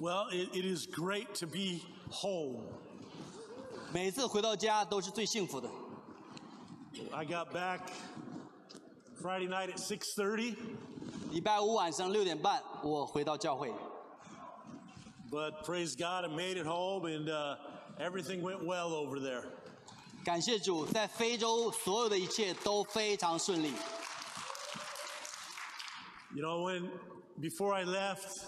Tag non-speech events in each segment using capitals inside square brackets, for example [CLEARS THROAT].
Well, it, it is great to be home. 每次回到家都是最幸福的。 I got back Friday night at 6:30, 礼拜五晚上六点半，我回到教会， but praise God, I made it home, and uh, everything went well over there. 感谢主，在非洲所有的一切都非常顺利。 You know, when before I left,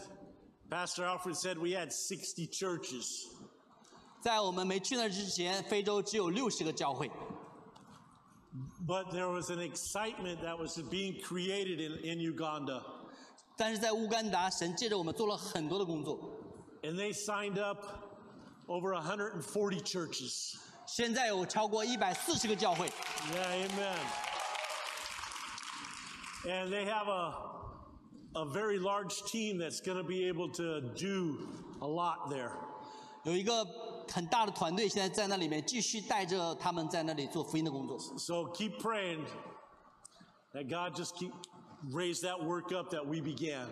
Pastor Alfred said we had 60 churches. 在我们没去那之前，非洲只有六十个教会， But there was an excitement that was being created in, in Uganda. 但是在乌干达，神借着我们做了很多的工作。 And they signed up over 140 churches. 现在有超过一百四十个教会， Yeah, amen. And they have a, a very large team that's going to be able to do a lot there. 有一个很大的团队现在在那里面继续带着他们在那里做福音的工作。 So keep praying that God just keep raise that work up that we began.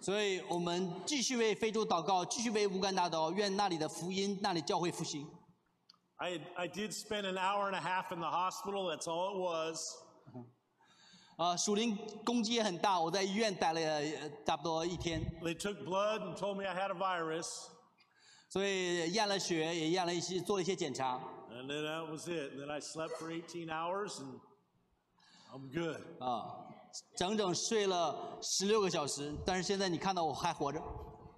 所以我们继续为非洲祷告，继续为乌干达祷告，愿那里的福音，那里教会复兴。 I, I did spend an hour and a half in the hospital. That's all it was. 啊，属灵攻击也很大，我在医院待了呃差不多一天， They took blood and told me I had a virus, 所以验了血，也验了一些，做了一些检查 and then that was it. And then I slept for 18 hours, and I'm good. 啊，整整睡了十六个小时。但是现在你看到我还活着，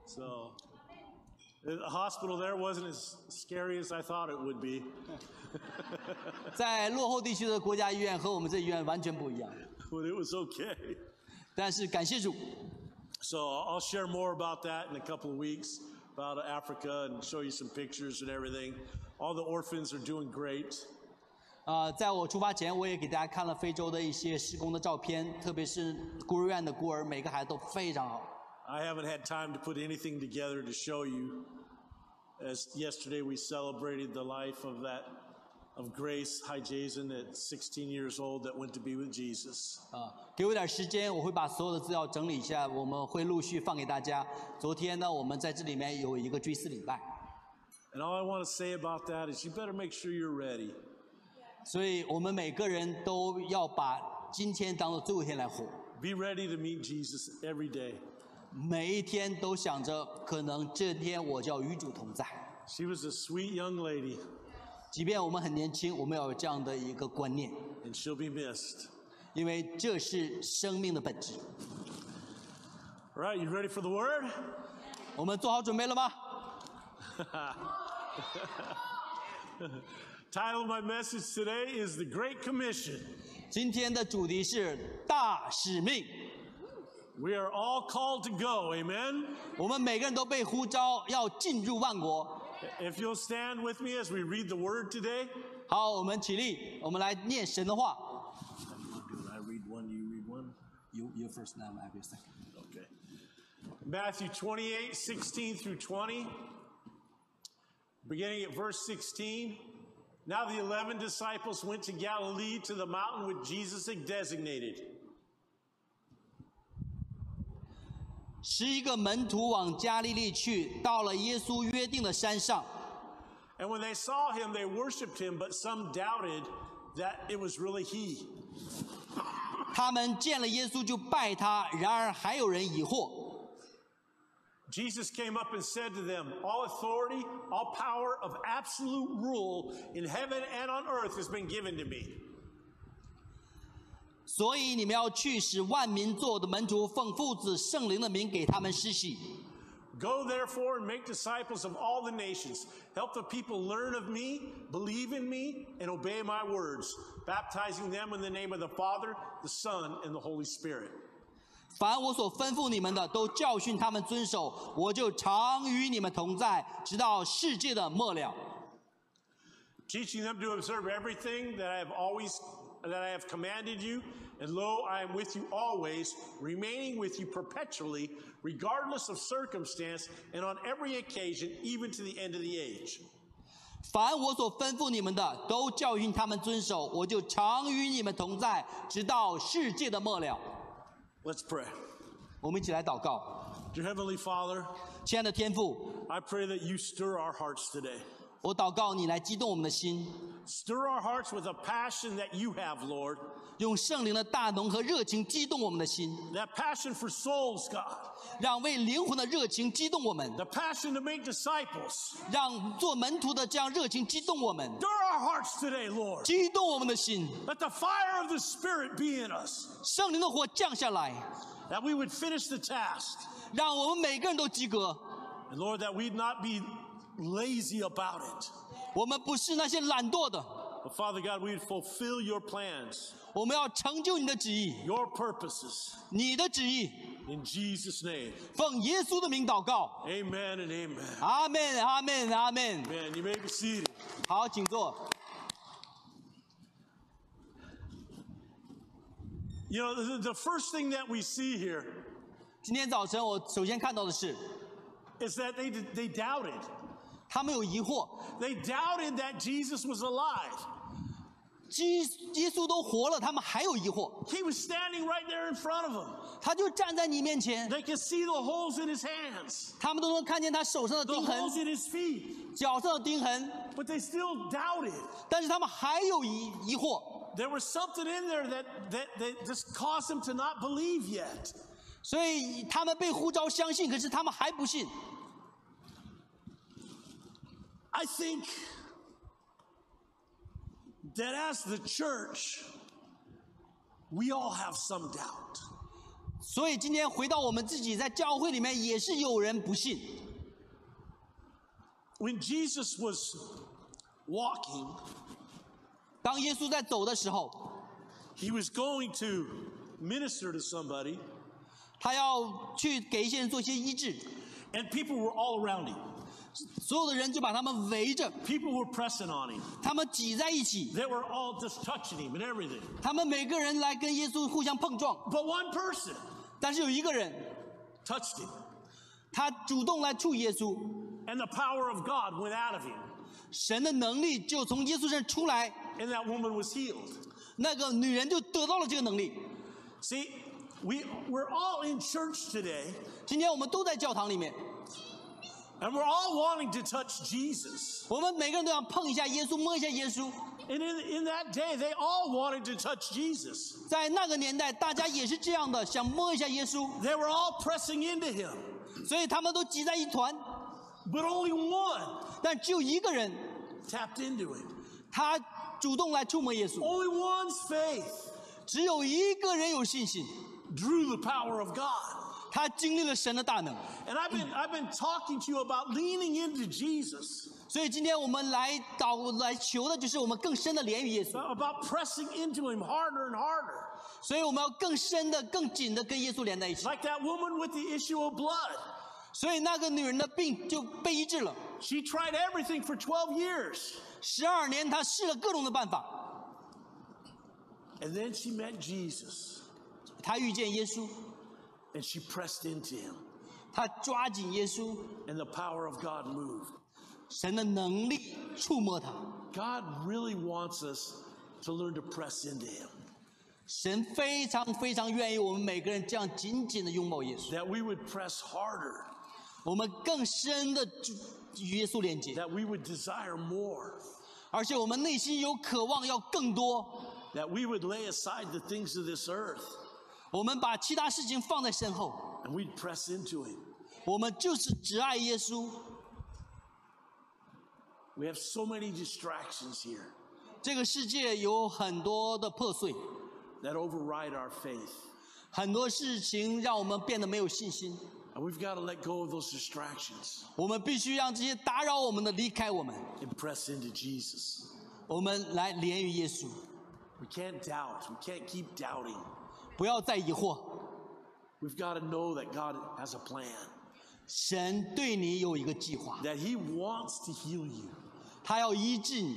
So the hospital there wasn't as scary as I thought it would be. [LAUGHS] 在落后地区的国家医院和我们这医院完全不一样， but it was okay. 但是感谢主， So I'll share more about that in a couple of weeks about Africa and show you some pictures and everything. All the orphans are doing great. 啊，在我出发前我也给大家看了非洲的一些施工的照片，特别是孤儿院的孤儿，每个孩子都非常好。 I haven't had time to put anything together to show you. As yesterday we celebrated the life of that of Grace Hijason at 16 years old that went to be with Jesus. 啊，给我点时间，我会把所有的资料整理一下，我们会陆续放给大家。昨天呢，我们在这里面有一个追思礼拜， And all I want to say about that is you better make sure you're ready. 所以我们每个人都要把今天当做最后一天来活， Be ready to meet Jesus every day. 每一天都想着可能这天我就要与主同在。 She was a sweet young lady 即便我们很年轻，我们要有这样的一个观念， and she'll be missed. 因为这是生命的本质。 All right, you ready for the word? 我们做好准备了吗？ Title of my message today is The Great Commission. 今天的主题是大使命， We are all called to go, amen? 我们每个人都被呼召要进入万国。 If you'll stand with me as we read the word today. 好，我们起立，我们来念神的话。 I read one, you read one. You you first, now I will second. Okay. Matthew 28, 16 through 20. Beginning at verse 16. Now the 11 disciples went to Galilee to the mountain which Jesus had designated. 十一个门徒往加利利去，到了耶稣约定的山上， And when they saw him, they worshiped him, but some doubted that it was really he. 他们见了耶稣就拜他。然而还有人疑惑。 Jesus came up and said to them, All authority, all power of absolute rule in heaven and on earth has been given to me. 所以你们要去，使万民做我的门徒，奉父子圣灵的名给他们施洗。 Go therefore and make disciples of all the nations. Help the people learn of me, believe in me, and obey my words, baptizing them in the name of the Father, the Son, and the Holy Spirit. 凡我所吩咐你们的，都教训他们遵守。我就常与你们同在，直到世界的末了。 teaching them to observe everything that I have always that I have commanded you, and lo, I am with you always, remaining with you perpetually, regardless of circumstance, and on every occasion, even to the end of the age. 凡我所吩咐你们的，都教训他们遵守，我就常与你们同在，直到世界的末了。 Let's pray. 我们一起来祷告， Dear Heavenly Father, 亲爱的天父， I pray that you stir our hearts today. 我祷告你来激动我们的心， Stir our hearts with a passion that you have, Lord. 用圣灵的大能和热情激动我们的心， That passion for souls, God. 让为灵魂的热情激动我们， The passion to make disciples. 让做门徒的这样热情激动我们， Stir our hearts today, Lord. 激动我们的心， Let the fire of the Spirit be in us. 圣灵的火降下来， That we would finish the task. 让我们每个人都及格。 And Lord, that we'd not be lazy about it. 我们不是那些懒惰的， But Father God, we'd fulfill your plans, 我们要成就你的旨意， your purposes. 你的旨意。 In Jesus' name. 奉耶稣的名祷告， Amen and amen. 阿门，阿门，阿门。 Man, you may be seated. 好，请坐。 You know, the, the first thing that we see here 今天早晨我首先看到的是， is that they, they doubted. 他们有疑惑， They doubted that Jesus was alive. 基耶稣都活了，他们还有疑惑。 He was standing right there in front of them. 他就站在你面前， They could see the holes in his hands, 他们都能看见他手上的 the 钉 holes 痕， in his feet, 脚上的钉痕， but they still doubted. 但是他们还有疑疑惑。 There was something in there that, that, that just caused them to not believe yet. 所以他们被呼召相信，可是他们还不信。 I think that as the church, we all have some doubt. 所以今天回到我们自己在教会里面，也是有人不信。 When Jesus was walking, 当耶稣在走的时候， he was going to minister to somebody, 他要去给一些人做一些医治， and people were all around him. 所有的人就把他们围着， People were pressing on him. 他们挤在一起， They were all just touching him and everything. 他们每个人来跟耶稣互相碰撞。 But one person 但是有一个人， touched him, 他主动来触耶稣， and the power of God went out of him, 神的能力就从耶稣身上出来， and that woman was healed. 那个女人就得到了这个能力。 See, we, we're all in church today, 今天我们都在教堂里面， and we're all wanting to touch Jesus. 我们每个人都要碰一下耶稣，摸一下耶稣。 And in, in that day, they all wanted to touch Jesus. 在那个年代，大家也是这样的，想摸一下耶稣， They were all pressing into him, 所以他们都挤在一团， but only one 但只有一个人， tapped into him. 他主动来触摸耶稣， Only one's faith 只有一个人有信心， drew the power of God. 他经历了神的大能。 And I've been, I've been talking to you about leaning into Jesus, 所以今天我们来祷来求的就是我们更深的连于耶稣， about pressing into him harder and harder. 所以我们要更深的、更紧的跟耶稣连在一起。 Like that woman with the issue of blood. 所以那个女人的病就被医治了。 She tried everything for 12 years, 十二年，她试了各种的办法， and then she met Jesus, 她遇见耶稣， and she pressed into him, 她抓紧耶稣， and the power of God moved. 神的能力触摸她。 God really wants us to learn to press into him, 神非常非常愿意我们每个人这样紧紧的拥抱耶稣， that we would press harder, 我们更深的与耶稣连接， that we would desire more, 而且我们内心有渴望要更多， that we would lay aside the things of this earth, 我们把其他事情放在身后， and we'd press into him. 我们就是只爱耶稣。 We have so many distractions here 这个世界有很多的破碎， that override our faith, 很多事情让我们变得没有信心， and we've got to let go of those distractions 我们必须让这些打扰我们的离开我们， and press into Jesus. 我们来连于耶稣， We can't doubt. We can't keep doubting. 不要再疑惑， We've got to know that God has a plan, 神对你有一个计划， that He wants to heal you, 他要医治你，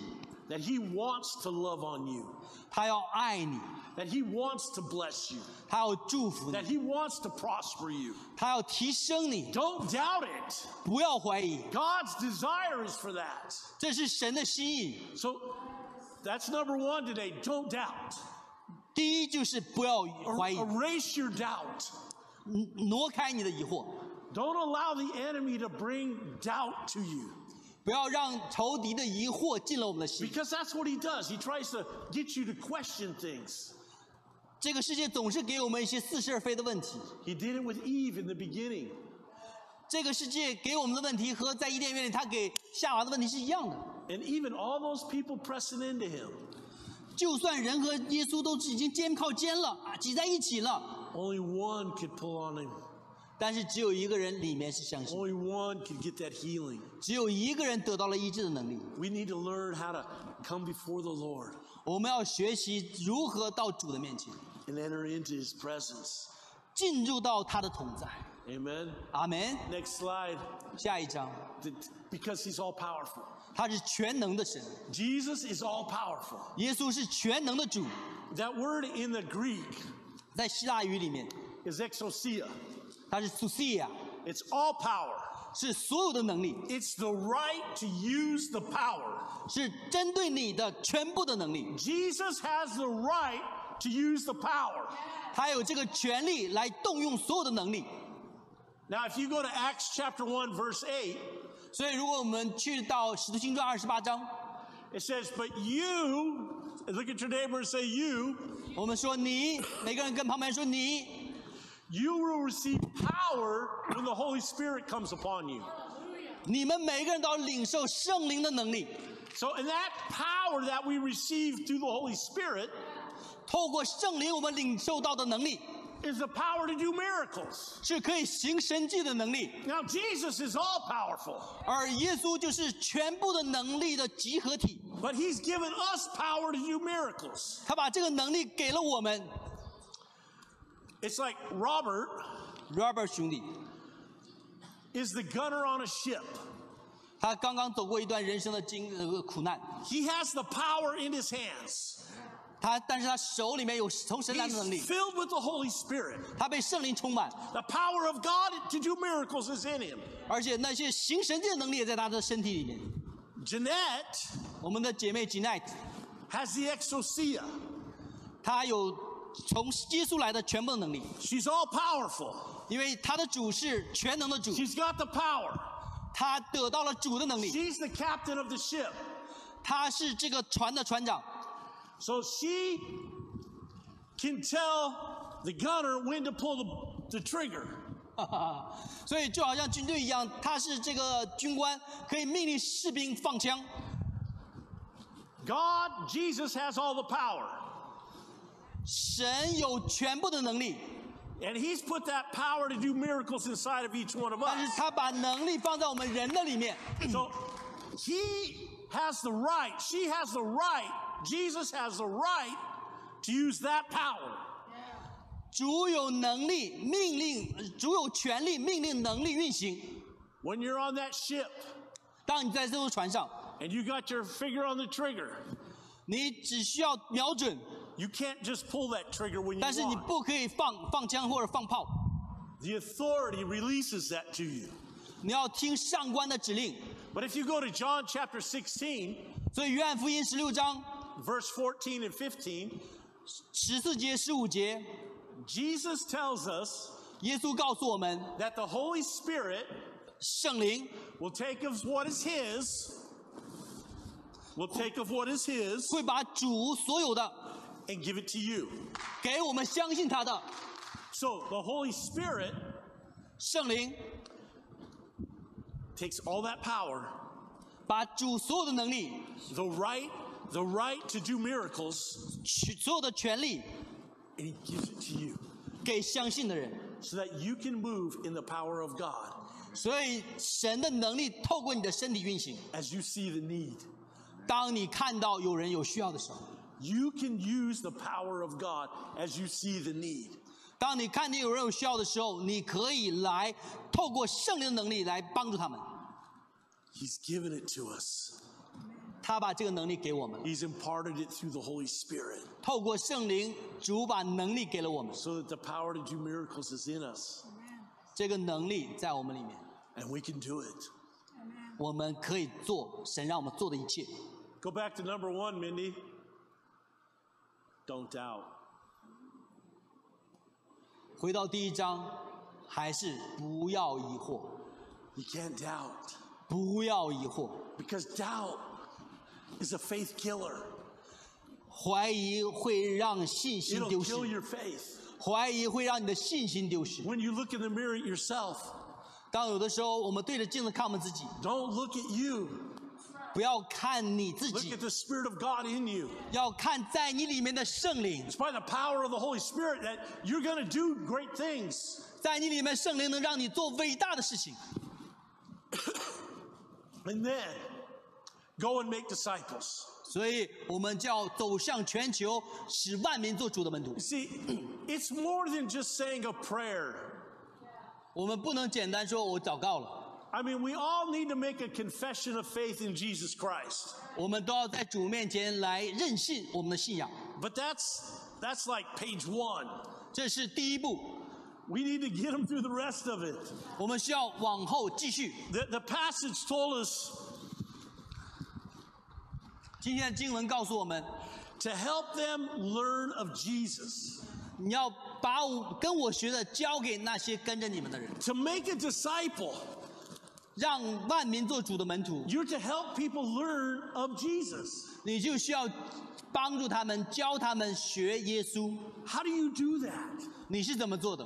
that He wants to love on you, 他要爱你。 that He wants to bless you, 他要祝福你 that，He wants to prosper you. 他要提升你， Don't doubt it. 不要怀疑， God's desire is for that. 这是神的心意。 So that's number one today. Don't doubt. 第一就是不要 Er- 怀疑， erase your doubt. 挪挪开你的疑惑， Don't allow the enemy to bring doubt to you 不要让仇敌的疑惑进了我们的心。 because that's what he does. He tries to get you to question things. 这个世界总是给我们一些似是而非的问题。 He did it with Eve in the beginning. 这个世界给我们的问题和在伊甸园里他给夏娃的问题是一样的。 And even all those people pressing into him, 就算人和耶稣都是已经肩靠肩了，啊，挤在一起了， only one could pull on him. 但是只有一个人里面是相信， Only one could get that healing. 只有一个人得到了医治的能力。 We need to learn how to come before the Lord 我们要学习如何到主的面前， and enter into his presence. 进入到他的同在。 Amen. 阿门。 Next slide. 下一章， Th- Because he's all powerful. 他是全能的神， Jesus is all powerful. 耶稣是全能的主， That word in the Greek 在希腊语里面， is exousia. 他是 susia， It's all power. 是所有的能力， It's the right to use the power. 是针对你的全部的能力， Jesus has the right to use the power. 他有这个权利来动用所有的能力。 Now, if you go to Acts chapter 1, verse 8, 所以，如果我们去到《使徒行传》二十八章， it says, But you, look at your neighbor and say, You, 我们说你，每个人跟旁边说你， you will receive power when the Holy Spirit comes upon you. 你们每个人都要领受圣灵的能力。 So, in that power that we receive through the Holy Spirit 透过圣灵，我们领受到的能力 is the power to do miracles. 是可以行神迹的能力， Now, Jesus is all powerful, 而耶稣就是全部的能力的集合体。 but he's given us power to do miracles. 他把这个能力给了我们 It's like Robert ，Robert 兄弟， is the gunner on a ship, 他刚刚走过一段人生的经呃苦难， he has the power in his hands. 他但是他手里面有从神来的能力 He's，filled with the Holy Spirit. 他被圣灵充满， The power of God to do miracles is in him. 而且那些行神迹的能力也在他的身体里面。 Jeanette 我们的姐妹 Jeanette， has the exousia. 她有从耶稣来的全部的能力， She's all powerful. 因为她的主是全能的主， She's got the power. 她得到了主的能力， She's the captain of the ship. 她是这个船的船长， So she can tell the gunner when to pull the, the trigger. [LAUGHS] 所以就好像军队一样，她是这个军官，可以命令士兵放枪。 God, Jesus has all the power. 神有全部的能力， And he's put that power to do miracles inside of each one of 但是 us. 他把能力放在我们人的里面， So he has the right, she has the right, Jesus has the right to use that power. 主有能力命令，主有权利命令能力运行。 When you're on that ship 当你在这艘船上， and you got your finger on the trigger, 你只需要瞄准， you can't just pull that trigger when you 但是你 want. 不可以放放枪或者放炮， The authority releases that to you. 你要听上官的指令。 But if you go to John chapter 16, 所以约翰福音十六章 verse 14 and 15, 十四节、十五节， Jesus tells us 耶稣告诉我们， that the Holy Spirit 圣灵 will take of what is his, will take of what is his 会把主所有的 and give it to you. 给我们相信他的 So the Holy Spirit 圣灵， takes all that power, 把主所有的能力、 the right, the right to do miracles, 取所有的权利 and he gives it to you. 给相信的人。 so that you can move in the power of God 所以神的能力透过你的身体运行。 as you see the need. 当你看到有人有需要的时候， You can use the power of God as you see the need. 当你看见有人有需要的时候，你可以来透过圣灵的能力来帮助他们。 He's given it to us. 他把这个能力给我们， He's imparted it through the Holy Spirit 透过圣灵，主把能力给了我们， so that the power to do miracles is in us 这个能力在我们里面， and we can do it. 我们可以做神让我们做的一切。 Go back to number one, Mindy. Don't doubt. 回到第一章，还是不要疑惑， You can't doubt 不要疑惑。 because doubt is a faith killer. 怀疑会让信心 It'll 丢 kill 失， your faith. 怀疑会让你的信心丢失。 When you look in the mirror at yourself, 当有的时候我们对着镜子看我们自己， don't look at you. 不要看你自 Look 己 at，the Spirit of God in you. 要看在你里面的圣灵， It's by the power of the Holy Spirit that you're going to do great things. 在你里面圣灵能让你做伟大的事情， And then go and make disciples. 所以我们就要走向全球，使万民做主的门徒 You。See, [CLEARS THROAT] it's more than just saying a prayer. 我们不能简单说我祷告了， I mean, we all need to make a confession of faith in Jesus Christ. 我们都要在主面前来认信我们的信仰， But that's that's like page 1. 这是第一步。 We need to get them through the rest of it. 我们需要往后继续。 The, the passage told us 今天的经文告诉我们， to help them learn of Jesus. 你要把我跟我学的交给那些跟着你们的人， To make a disciple, 让万民做主的门徒， you're to help people learn of Jesus. 你就需要帮助他们，教他们学耶稣。 How do you do that? 你是怎么做的？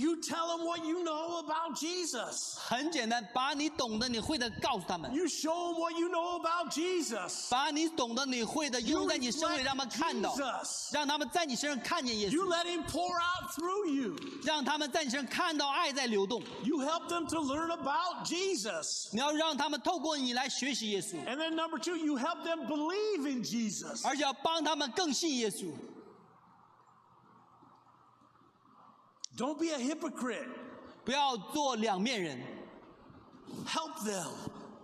You tell them what you know about Jesus. 很简单，把你懂的、你会的告诉他们， You show them what you know about Jesus. 把你懂的、你会的用在你身上，让他们看到， Jesus. 让他们在你身上看见耶稣， You let Him pour out through you. 让他们在你身上看到爱在流动。 You help them to learn about Jesus. 你要让他们透过你来学习耶稣， And then number two, you help them believe in Jesus. 而且要帮他们更信耶稣。 Don't be a hypocrite. 不要做两面人， Help them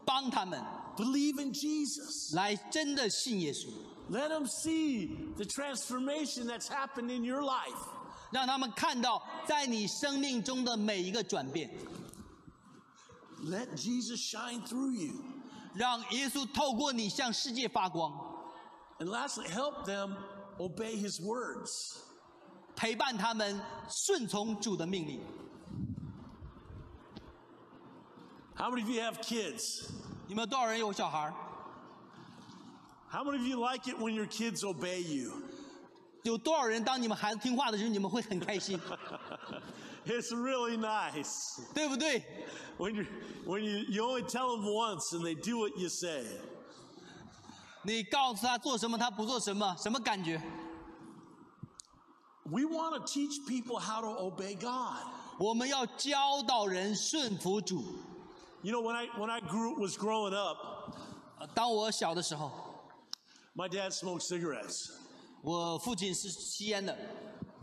帮他们 believe in Jesus. 来真的信耶稣， Let them see the transformation that's happened in your life. 让他们看到在你生命中的每一个转变， Let Jesus shine through you. 让耶稣透过你向世界发光， And lastly, help them obey his words. 陪伴他们顺从主的命令。 How many of you have kids? 你们有多少人有小孩儿？ How many of you like it when your kids obey you? 有多少人当你们孩子听话的时候，你们会很开心， [LAUGHS] It's really nice 对不对？ when you when you, you only tell them once and they do what you say. 你告诉他做什么，他不做什么，什么感觉？ We want to teach people how to obey God. 我们要教导人顺服主。 You know, when I when I grew was growing up, 呃当我小的时候， my dad smoked cigarettes, 我父亲是吸烟的，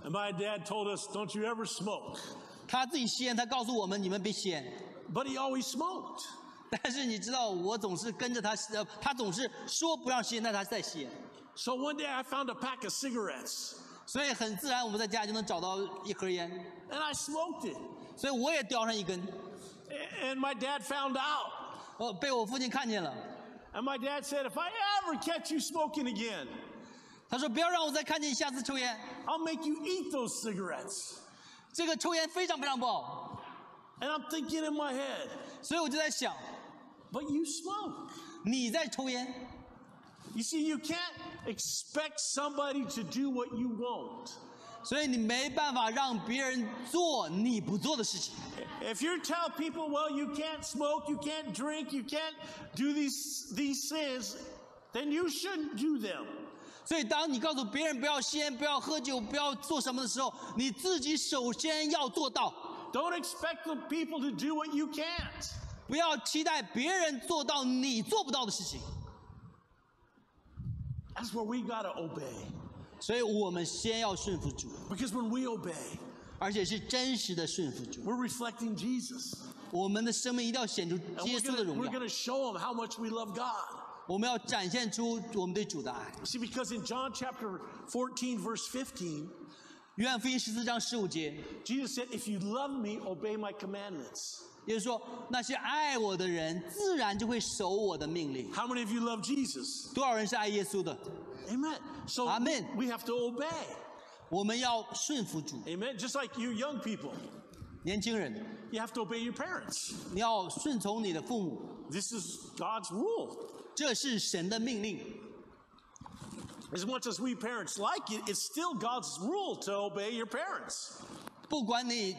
and my dad told us, "Don't you ever smoke." 他自己吸烟，他告诉我们你们别吸烟。 But he always smoked. 但是你知道，我总是跟着他吸，呃，他总是说不让吸烟，但他在吸烟。 So one day I found a pack of cigarettes, 所以很自然，我们在家就能找到一盒烟， and I smoked it. 所以我也叼上一根。 A- And my dad found out, 我被我父亲看见了， and my dad said, "If I ever catch you smoking again, 他说：“不要让我再看见你下次抽烟， I'll make you eat those cigarettes." 这个抽烟非常非常不好。 And I'm thinking in my head, ”所以我就在想， but you smoke. 你在抽烟， You see, you can't expect somebody to do what you won't. 所以你没办法让别人做你不做的事情。 If you tell people, well, you can't smoke, you can't drink, you can't do these these sins, then you shouldn't do them. 所以，当你告诉别人不要吸烟、不要喝酒、不要做什么的时候，你自己首先要做到， Don't expect the people to do what you can't. 不要期待别人做到你做不到的事情。 That's where we gotta obey. 所以，我们先要顺服主， Because when we obey, 而且是真实的顺服主。 we're reflecting Jesus. 我们的生命一定要显出 And 耶 we're 稣的 gonna, 荣 we're 耀， gonna show them how much we love God. 我们要展现出我们对主的爱。 See, because in John chapter 14, verse 15, 约翰福音十四章十五节， Jesus said, If you love me, obey my commandments. 也就是说，那些爱我的人，自然就会守我的命令。 How many of you love Jesus? 多少人是爱耶稣的？ Amen. So Amen. we have to obey. 我们要顺服主。 Amen. Just like you young people. 年轻人， You have to obey your parents. 你要顺从你的父母， This is God's rule. 这是神的命令。 As much as we parents like it, it's still God's rule to obey your parents. 不管你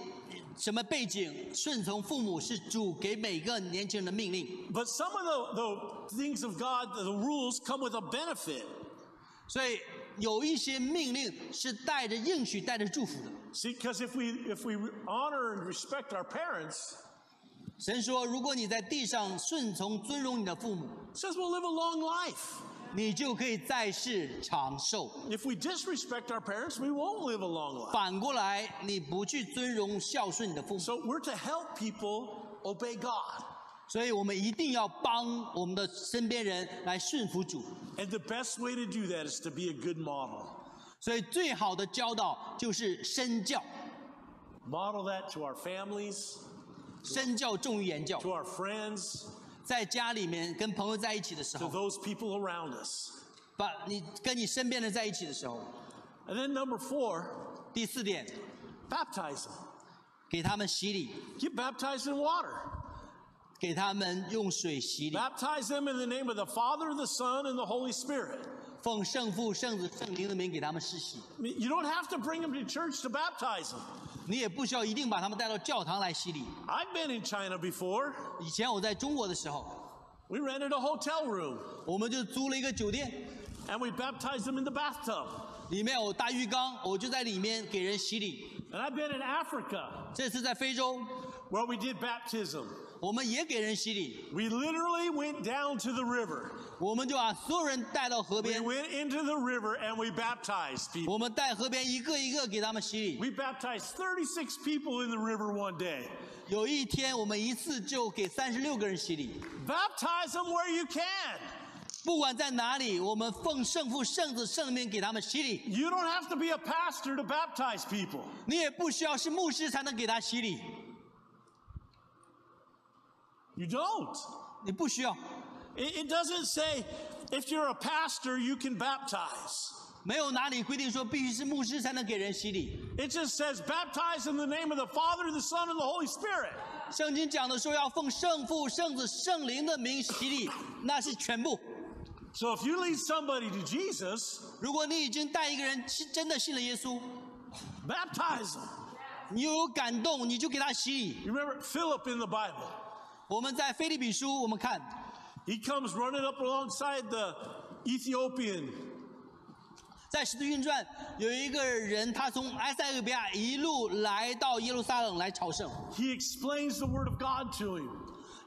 什么背景，顺从父母是主给每个年轻人的命令。 But some of the, the things of God, the rules, come with a benefit. 所以有一些命令是带着应许、带着祝福的。 See, because if we if we honor and respect our parents, 神说，如果你在地上顺从、尊荣你的父母， it says we'll live a long life. 你就可以在世长寿。 If we disrespect our parents, we won't live a long life. 反过来，你不去尊荣、孝顺你的父母， So we're to help people obey God. 所以我们一定要帮我们的身边人来顺服主。 And the best way to do that is to be a good model. 所以最好的教导就是身教， Model that to our families, 身教重于言教。 to our friends, 在家里面跟朋友在一起的时 to 候， those people around us. 把你跟你身边人在一起的时候， And then number four, 第四点， baptize them. 给他们洗礼， Get baptized in water. 给他们用水洗礼， Baptize them in the name of the Father, the Son, and the Holy Spirit. 奉圣父、圣子、圣灵的名给他们施洗。 I mean, You don't have to bring them to church to baptize them. 你也不需要一定把他们带到教堂来洗礼。 I've been in China before. 以前我在中国的时候， We rented a hotel room 我们就租了一个酒店， and we baptized them in the bathtub. 里面有大浴缸，我就在里面给人洗礼。 And I've been in Africa 这次在非洲， where we did baptism. 我们也给人洗礼， We literally went down to the river. 我们就把所有人带到河 We 边， went into the river and we baptized people. 我们带河边一个一个给他们洗礼。 We baptized 36 people in the river one day. 有一天，我们一次就给三十六个人洗礼， Baptize them where you can. 不管在哪里，我们奉圣父、圣子、圣名给他们洗礼。 You don't have to be a pastor to baptize people. 你也不需要是牧师才能给他洗礼， You don't. 你不需要， It, it doesn't say if you're a pastor, you can baptize. 没有哪里规定说必须是牧师才能给人洗礼。 It just says baptize in the name of the Father, the Son, and the Holy Spirit. 圣经讲的说要奉圣父、圣子、圣灵的名洗礼，那是全部。 So if you lead somebody to Jesus, 如果你已经带一个人信真的信了耶稣， baptize them. 你又有感动，你就给他洗礼。 You remember Philip in the Bible? 我们在菲利比书我们看， He comes running up alongside the Ethiopian. 在使徒行传有一个人，他从埃塞俄比亚一路来到耶路撒冷来朝圣， He explains the word of God to him.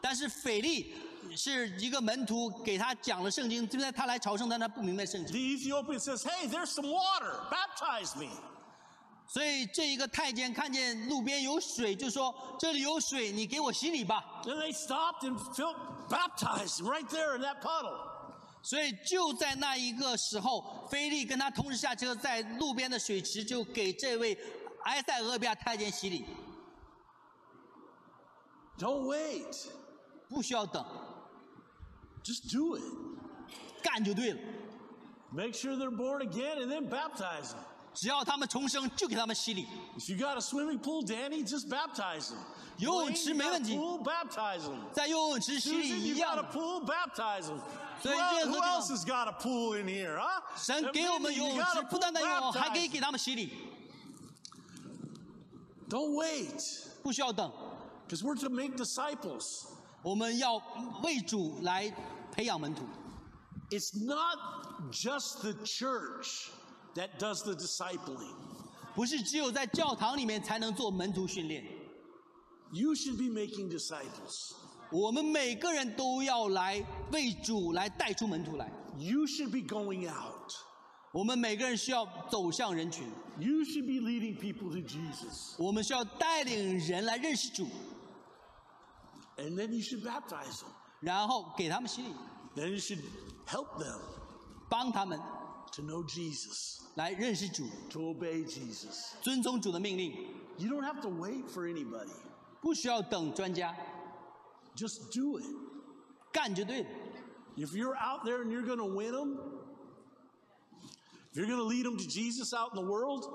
但是腓力是一个门徒给他讲了圣经，就在他来朝圣，但他不明白圣经。 The Ethiopian says, Hey, there's some water. Baptize me. 所以这一个太监看见路边有水，就说：“这里有水，你给我洗礼吧。 And they stopped and Philip baptized him right there in that puddle. ”所以就在那一个时候，菲利跟他同时下车，在路边的水池就给这位埃塞俄比亚太监洗礼， Don't wait. 不需要等， Just do it. 干就对了。 Make sure they're born again and then baptize them. 只要他们重生，就给他们洗礼。 If you got a swimming pool, Danny, just baptize them. 游泳池没问题。 Wayne, you got a pool, baptize them. 在游泳池洗 Susan, 礼 you 一样 got a 的， pool, baptize them. Who 所以 else, 任何 who 地方- else has got a pool in here, huh? 神 And 给我们 Mindy, 游 you 泳 got 池 a，不 pool, 单单游泳，还可以 baptize 给他们洗礼， them. Don't wait, 不需要等。 because we're to make disciples. 我们要为主来培养门徒。 It's not just the church that does the discipling. 不是只有在教堂里面才能做门徒训练， You should be making disciples. 我们每个人都要来为主来带出门徒来。 You should be going out. 我们每个人需要走向人群， You should be leading people to Jesus. 我们需要带领人来认识主， And then you should baptize them. 然后给他们洗礼， Then you should help them 帮他们 to know Jesus, 来认识主， to obey Jesus. 遵从主的命令， You don't have to wait for anybody. 不需要等专家， Just do it. 干就对了。 If you're out there and you're going to win them, if you're going to lead them to Jesus out in the world,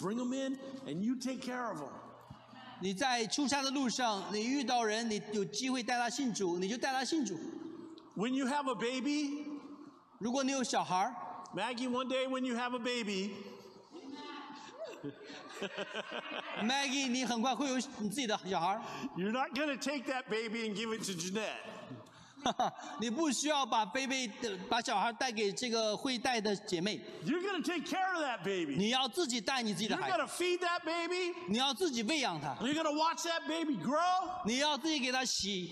bring them in and you take care of them. 你在出差的路上，你遇到人，你有机会带他信主，你就带他信主。 When you have a baby, 如果你有小孩儿， Maggie, one day when you have a baby, Maggie，你很快会有你自己的小孩儿 [LAUGHS] you're not going to take that baby and give it to Jeanette. 哈哈，你不需要把贝贝的把小孩带给这个会带的姐妹， You're going to take care of that baby. 你要自己带你自己的 You're 孩 going 子， to feed that baby. 你要自己喂养他， You're going to watch that baby grow. 你要自己给他 [LAUGHS] 洗，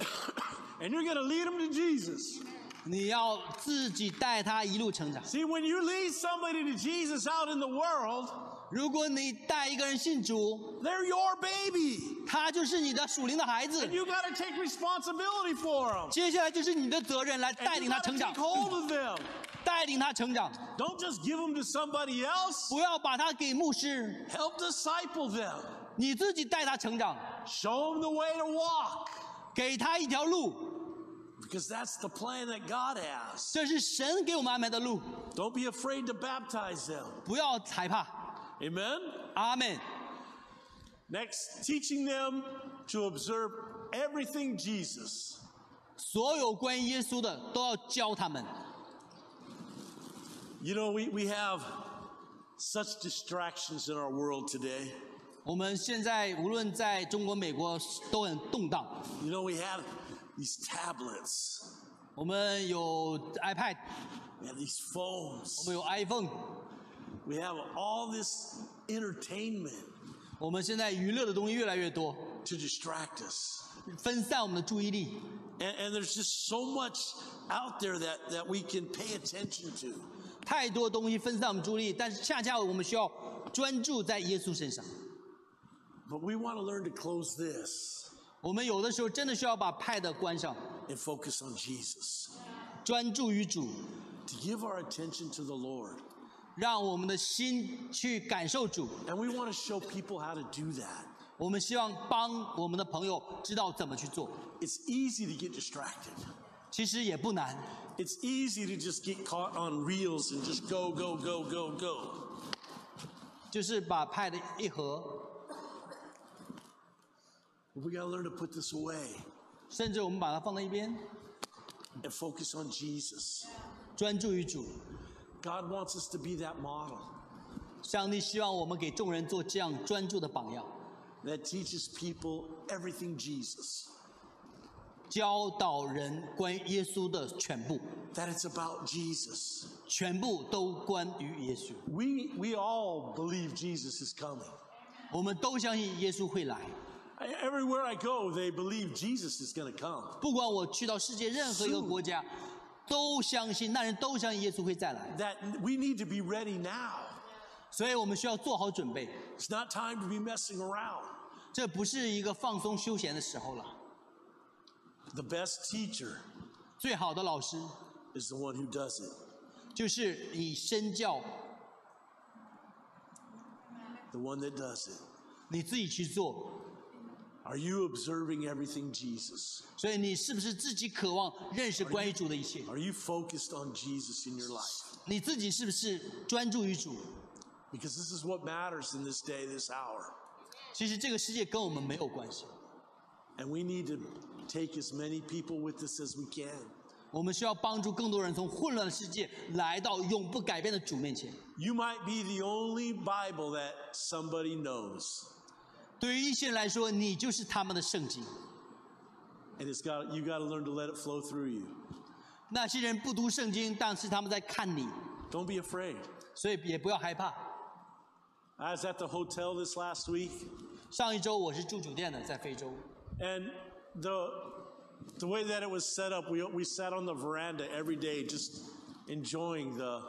And you're going to lead him to Jesus. 你要自己带他一路成长。 See, when you lead somebody to Jesus out in the world, 如果你带一个人信主， they're your baby. 他就是哎你的属灵的孩子 And，you got to take responsibility for them. 接下来就是你的责任来 And 带 you 领他 got to 成 take 长， hold of them. 带领他成长， Don't just give them to somebody else. 不要把他给牧师， Help disciple them. 你自己带他成长， Show them the way to walk. 给他一条路， Because that's the plan that God has. 这是神给我们安排的路， Don't be afraid to baptize them. 不要害怕。 Amen? 阿门。 Next, teaching them to observe everything Jesus. 所有关于耶稣的都要教他们。 You know, we, we have such distractions in our world today. 我们现在无论在中国、美国都很动荡， You know, we have these tablets, 我们有 iPad， we have these 我 phones, 们有 iPhone， we have all this entertainment 我们现在娱乐的东西越来越多， to distract us. 分散我们的注意力。 And, and there's just so much out there that, that we can pay attention to. 太多东西分散我们注意力，但是恰恰我们需要专注在耶稣身上。 But we want to learn to close this 我们有的时候真的需要把 Pad 关上， and focus on Jesus, 专注于主， to give our attention to the Lord. 让我们的心去感受主。 And we want to show people how to do that. 我们希望帮我们的朋友知道怎么去做， It's easy to get distracted. 其实也不难。 It's easy to just get caught on reels and just go, go, go, go, go. 就是把 Pad 一合， We got to learn to put this away 甚至我们把它放在一边， and focus on Jesus. 专注于主。 God wants us to be that model 上帝希望我们给众人做这样专注的榜样， that teaches people everything Jesus, 教导人关于耶稣的全部， that it's about Jesus. 全部都关于耶稣。 We, we all believe Jesus is coming. 我们都相信耶稣会来， I, everywhere I go, they believe Jesus is going to come. 不管我去到世界任何一个国家，都相信那人都相信耶稣会再来， That we need to be ready now. 所以我们需要做好准备。 It's not time to be messing around. 这不是一个放松休闲的时候了。 The best teacher 最好的老师 is the one who does it, 就是你身教， the one that does it. 你自己去做， Are you observing everything Jesus? 所以你是不是自己渴望认识关于主的一切？ Are you focused on Jesus in your life? 你自己是不是专注于主？ Because this is what matters in this day, this hour. 其实这个世界跟我们没有关系， And we need to take as many people with us as we can. 我们需要帮助更多人从混乱的世界来到永不改变的主面前。 You might be the only Bible that somebody knows. 对于一些人来说，你就是他们的圣经； And it's got you gotta learn to let it flow through you. 那些人不读圣经，但是他们在看你， Don't be afraid. 所以也不要害怕。 I was at the hotel this last week, 上一周我是住酒店的，在非洲， and the the way that it was set up, we we sat on the veranda every day, just enjoying the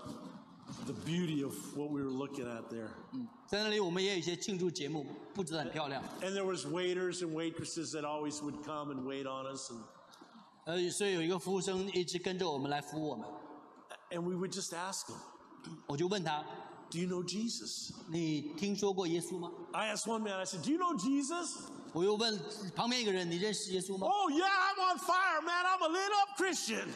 the beauty of what we were looking at there. 在那里我们也有一些庆祝节目，布置得很漂亮。 And there was waiters and waitresses that always would come and wait on us, and 呃，所以有一个服务生一直跟着我们来服务我们。 and we would just ask them, 我就问他：“ "Do you know Jesus?" 你听说过耶稣吗 I asked one man, I said, "Do you know Jesus?" 我又问旁边一个人：“你认识耶稣吗 Oh, yeah, I'm on fire, man. I'm a lit up Christian. ”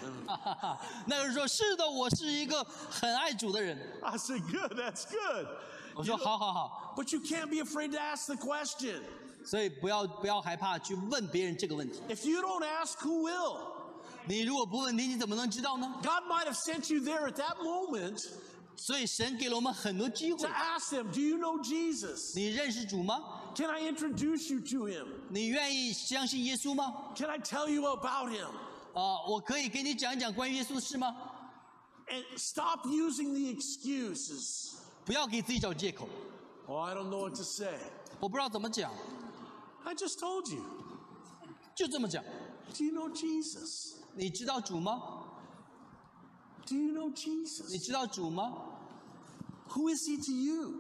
[LAUGHS] [LAUGHS] 那个人说：“是的，我是一个很爱主的人。 I said, Good, that's good. ”我说：“好好好， But you can't be afraid to ask the question. 所以不要不要害怕去问别人这个问题。 If you don't ask, who will? 你如果不问你，你怎么能知道呢？ God might have sent you there at that moment 所以神给了我们很多机会 to。ask them, Do you know Jesus? 你认识主吗？ Can I introduce you to him? 你愿意相信耶稣吗？ Can I tell you about him? 啊，我可以给你讲一讲关于耶稣的事吗？ And stop using the excuses. 不要给自己找借口。 Oh, I don't know what to say. 我不知道怎么讲， I just told you. 就这么讲。 Do you know Jesus? 你知道主吗？ Do you know 你 Jesus? 知道主吗？ Who is he to you?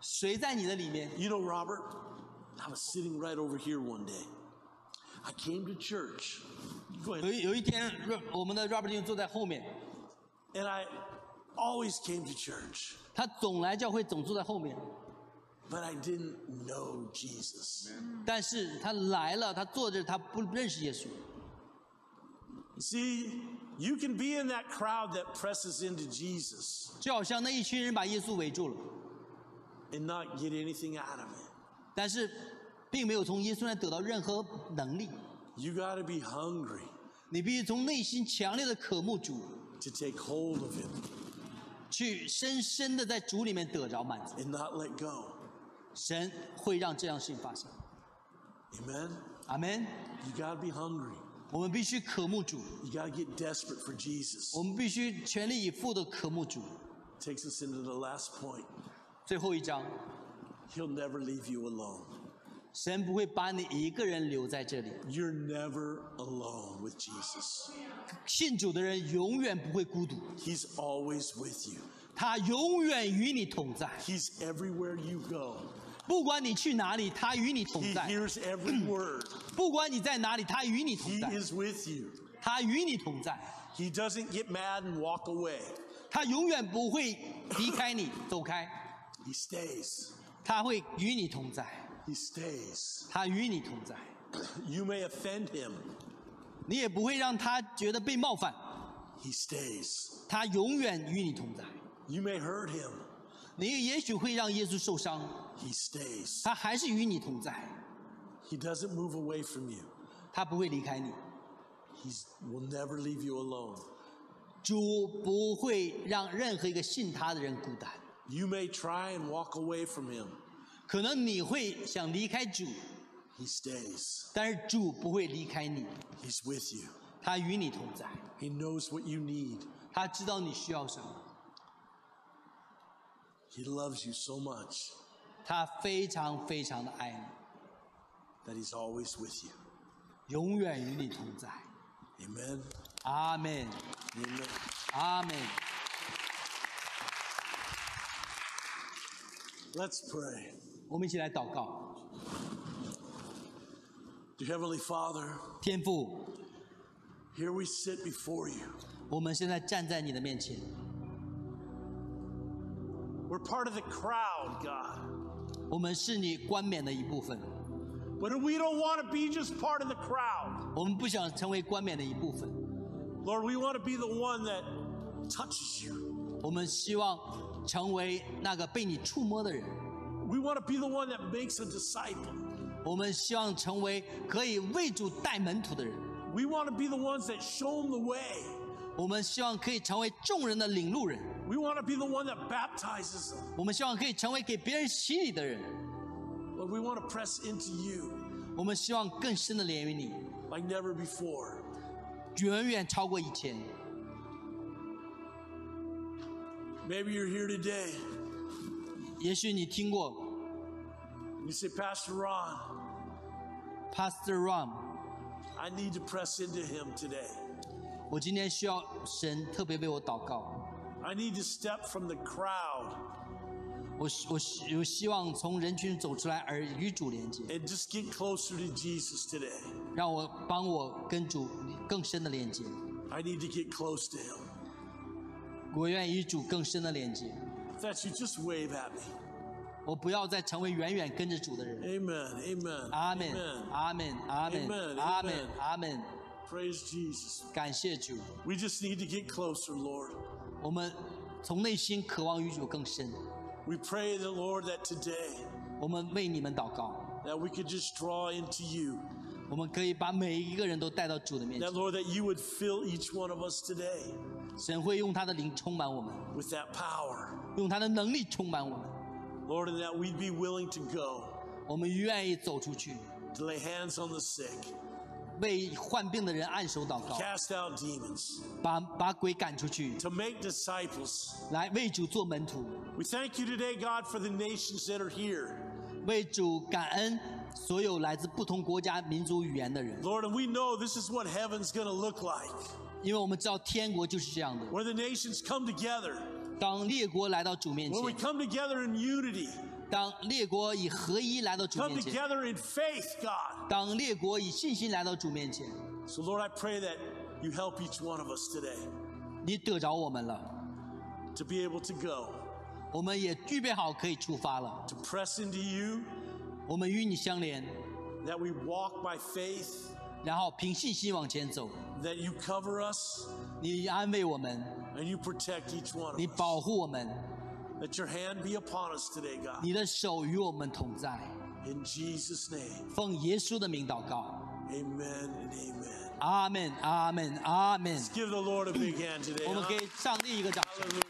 谁在你的里面？ You know, Robert, I was sitting right over here one day. I came to church. Go ahead. 有一有一天，我们的 Robert 弟兄坐在后面， And I always came to church, 他总来教会，总坐在后面。 but I didn't know Jesus. 但是他来了，他坐着，他不认识耶稣。 See, you can be in that crowd that presses into Jesus 就好像那一群人把耶稣围住了， and not get anything out of it. 但是并没有从耶稣那得到任何能力。 You got to be hungry 你必须从内心强烈的渴慕主， to take hold of Him 去深深的在主里面得着满足。 and not let go. 神会让这样的事情发生。 Amen? 阿门。 You got to be hungry. 我们必须渴慕主， You got to get desperate for Jesus. 我们必须全力以赴的渴慕主。 Takes us into the last point. 最后一章， He'll never leave you alone. 神不会把你一个人留在这里。 You're never alone with Jesus. 信主的人永远不会孤独， He's always with you. 他永远与你同在。 He's everywhere you go. 不管你去哪里，他与你同 He 在； hears every word. 不管你在哪里，他与你 He 同在。 is with you. 他与你同在， He doesn't get mad and walk away. 他永远不会离开你走开， He stays. 他会与你同在， He stays. 他与你同在， You may offend him. 你也不会让他觉得被冒犯。 He stays. 他永远与你同在， You may hurt him. 你也许会让耶稣受伤， He stays. 他还是与你同在， He doesn't move away from you. 他不会离开你。 He will never leave you alone. 主不会让任何一个信他的人孤单。 You may try and walk away from him. 可能你会想离开主， He stays. 但是主不会离开你， He's with you. 他与你同在， He knows what you need. 他知道你需要什么， He loves you so much 他非常非常的爱你， that he's always with you. 永远与你同在。 Amen. 阿门， Amen. 阿门。 Let's pray. 我们一起来祷告， Dear Heavenly Father, 天父， here we sit before you. 我们现在站在你的面前， We're part of the crowd, God. 我们是你冠冕的一部分， But we don't want to be just part of the crowd. 我们不想成为冠冕的一部分， Lord, we want to be the one that touches you. 我们希望成为那个被你触摸的人， We want to be the one that makes a disciple. 我们希望成为可以为主带门徒的人。 We want to be the ones that show them the way. 我们希望可以成为众人的领路人， We want to be the one that baptizes them. 我们希望可以成为给别人洗礼的人， Lord, we want to press into you 我们希望更深的连于你， like never before. 远远超过以前。 Maybe you're here today. 也许你听过 You say, Pastor Ron, Pastor Ron， I need to press into him today. 我今天需要神特别为我祷告， I need to step from the crowd 我希我希我希望从人群走出来而与主连接， and just get closer to Jesus today. 让我帮我跟主更深的连接， I need to get close to him. 我愿与主更深的连接。 If that's you, just wave at me. 我不要再成为远远跟着主的人。 Amen. Amen. 阿门，阿门，阿门 Amen，，阿门 Amen，阿门。 Praise Jesus. 感谢主， We just need to get closer, Lord. 我们从内心渴望与主更深。 We pray the Lord that today 我们为你们祷告， that we could just draw into you. 我们可以把每一个人都带到主的面前 That。Lord that you would fill each one of us today 神会用他的灵充满我们， with that power. 用他的能力充满我们。 Lord, and that we'd be willing to go 我们愿意走出去， to lay hands on the sick, 为患病的人按手祷告， cast out demons, 把把鬼赶出去， to make disciples. 来为主做门徒， We thank you today, God, for the nations that are here. 为主感恩所有来自不同国家、民族、语言的人， Lord, and we know this is what heaven's going to look like, 因为我们知道天国就是这样的。 where the nations come together, 当列国来到主面 where we 前， come together in unity, 当列国以合一来到主 come 面前， together in faith, God. 当列国以信心来到主面前， So, Lord, I pray that you help each one of us today 你得着我们了， to be able to go, 我们也预备好可以出发了。 to press into you, 我们与你相连， that we walk by faith, 然后凭信心往前走。 that you cover us 你安慰我们， and you protect each one of 你 us. 保护我们， Let your hand be upon us today, God. 你的手与我们同在。 In Jesus' name, 奉耶稣的名祷告， amen and amen. 阿门，阿门，阿门。 Give the Lord a big hand today. 我们 huh? 给上帝一个掌声。 Hallelujah.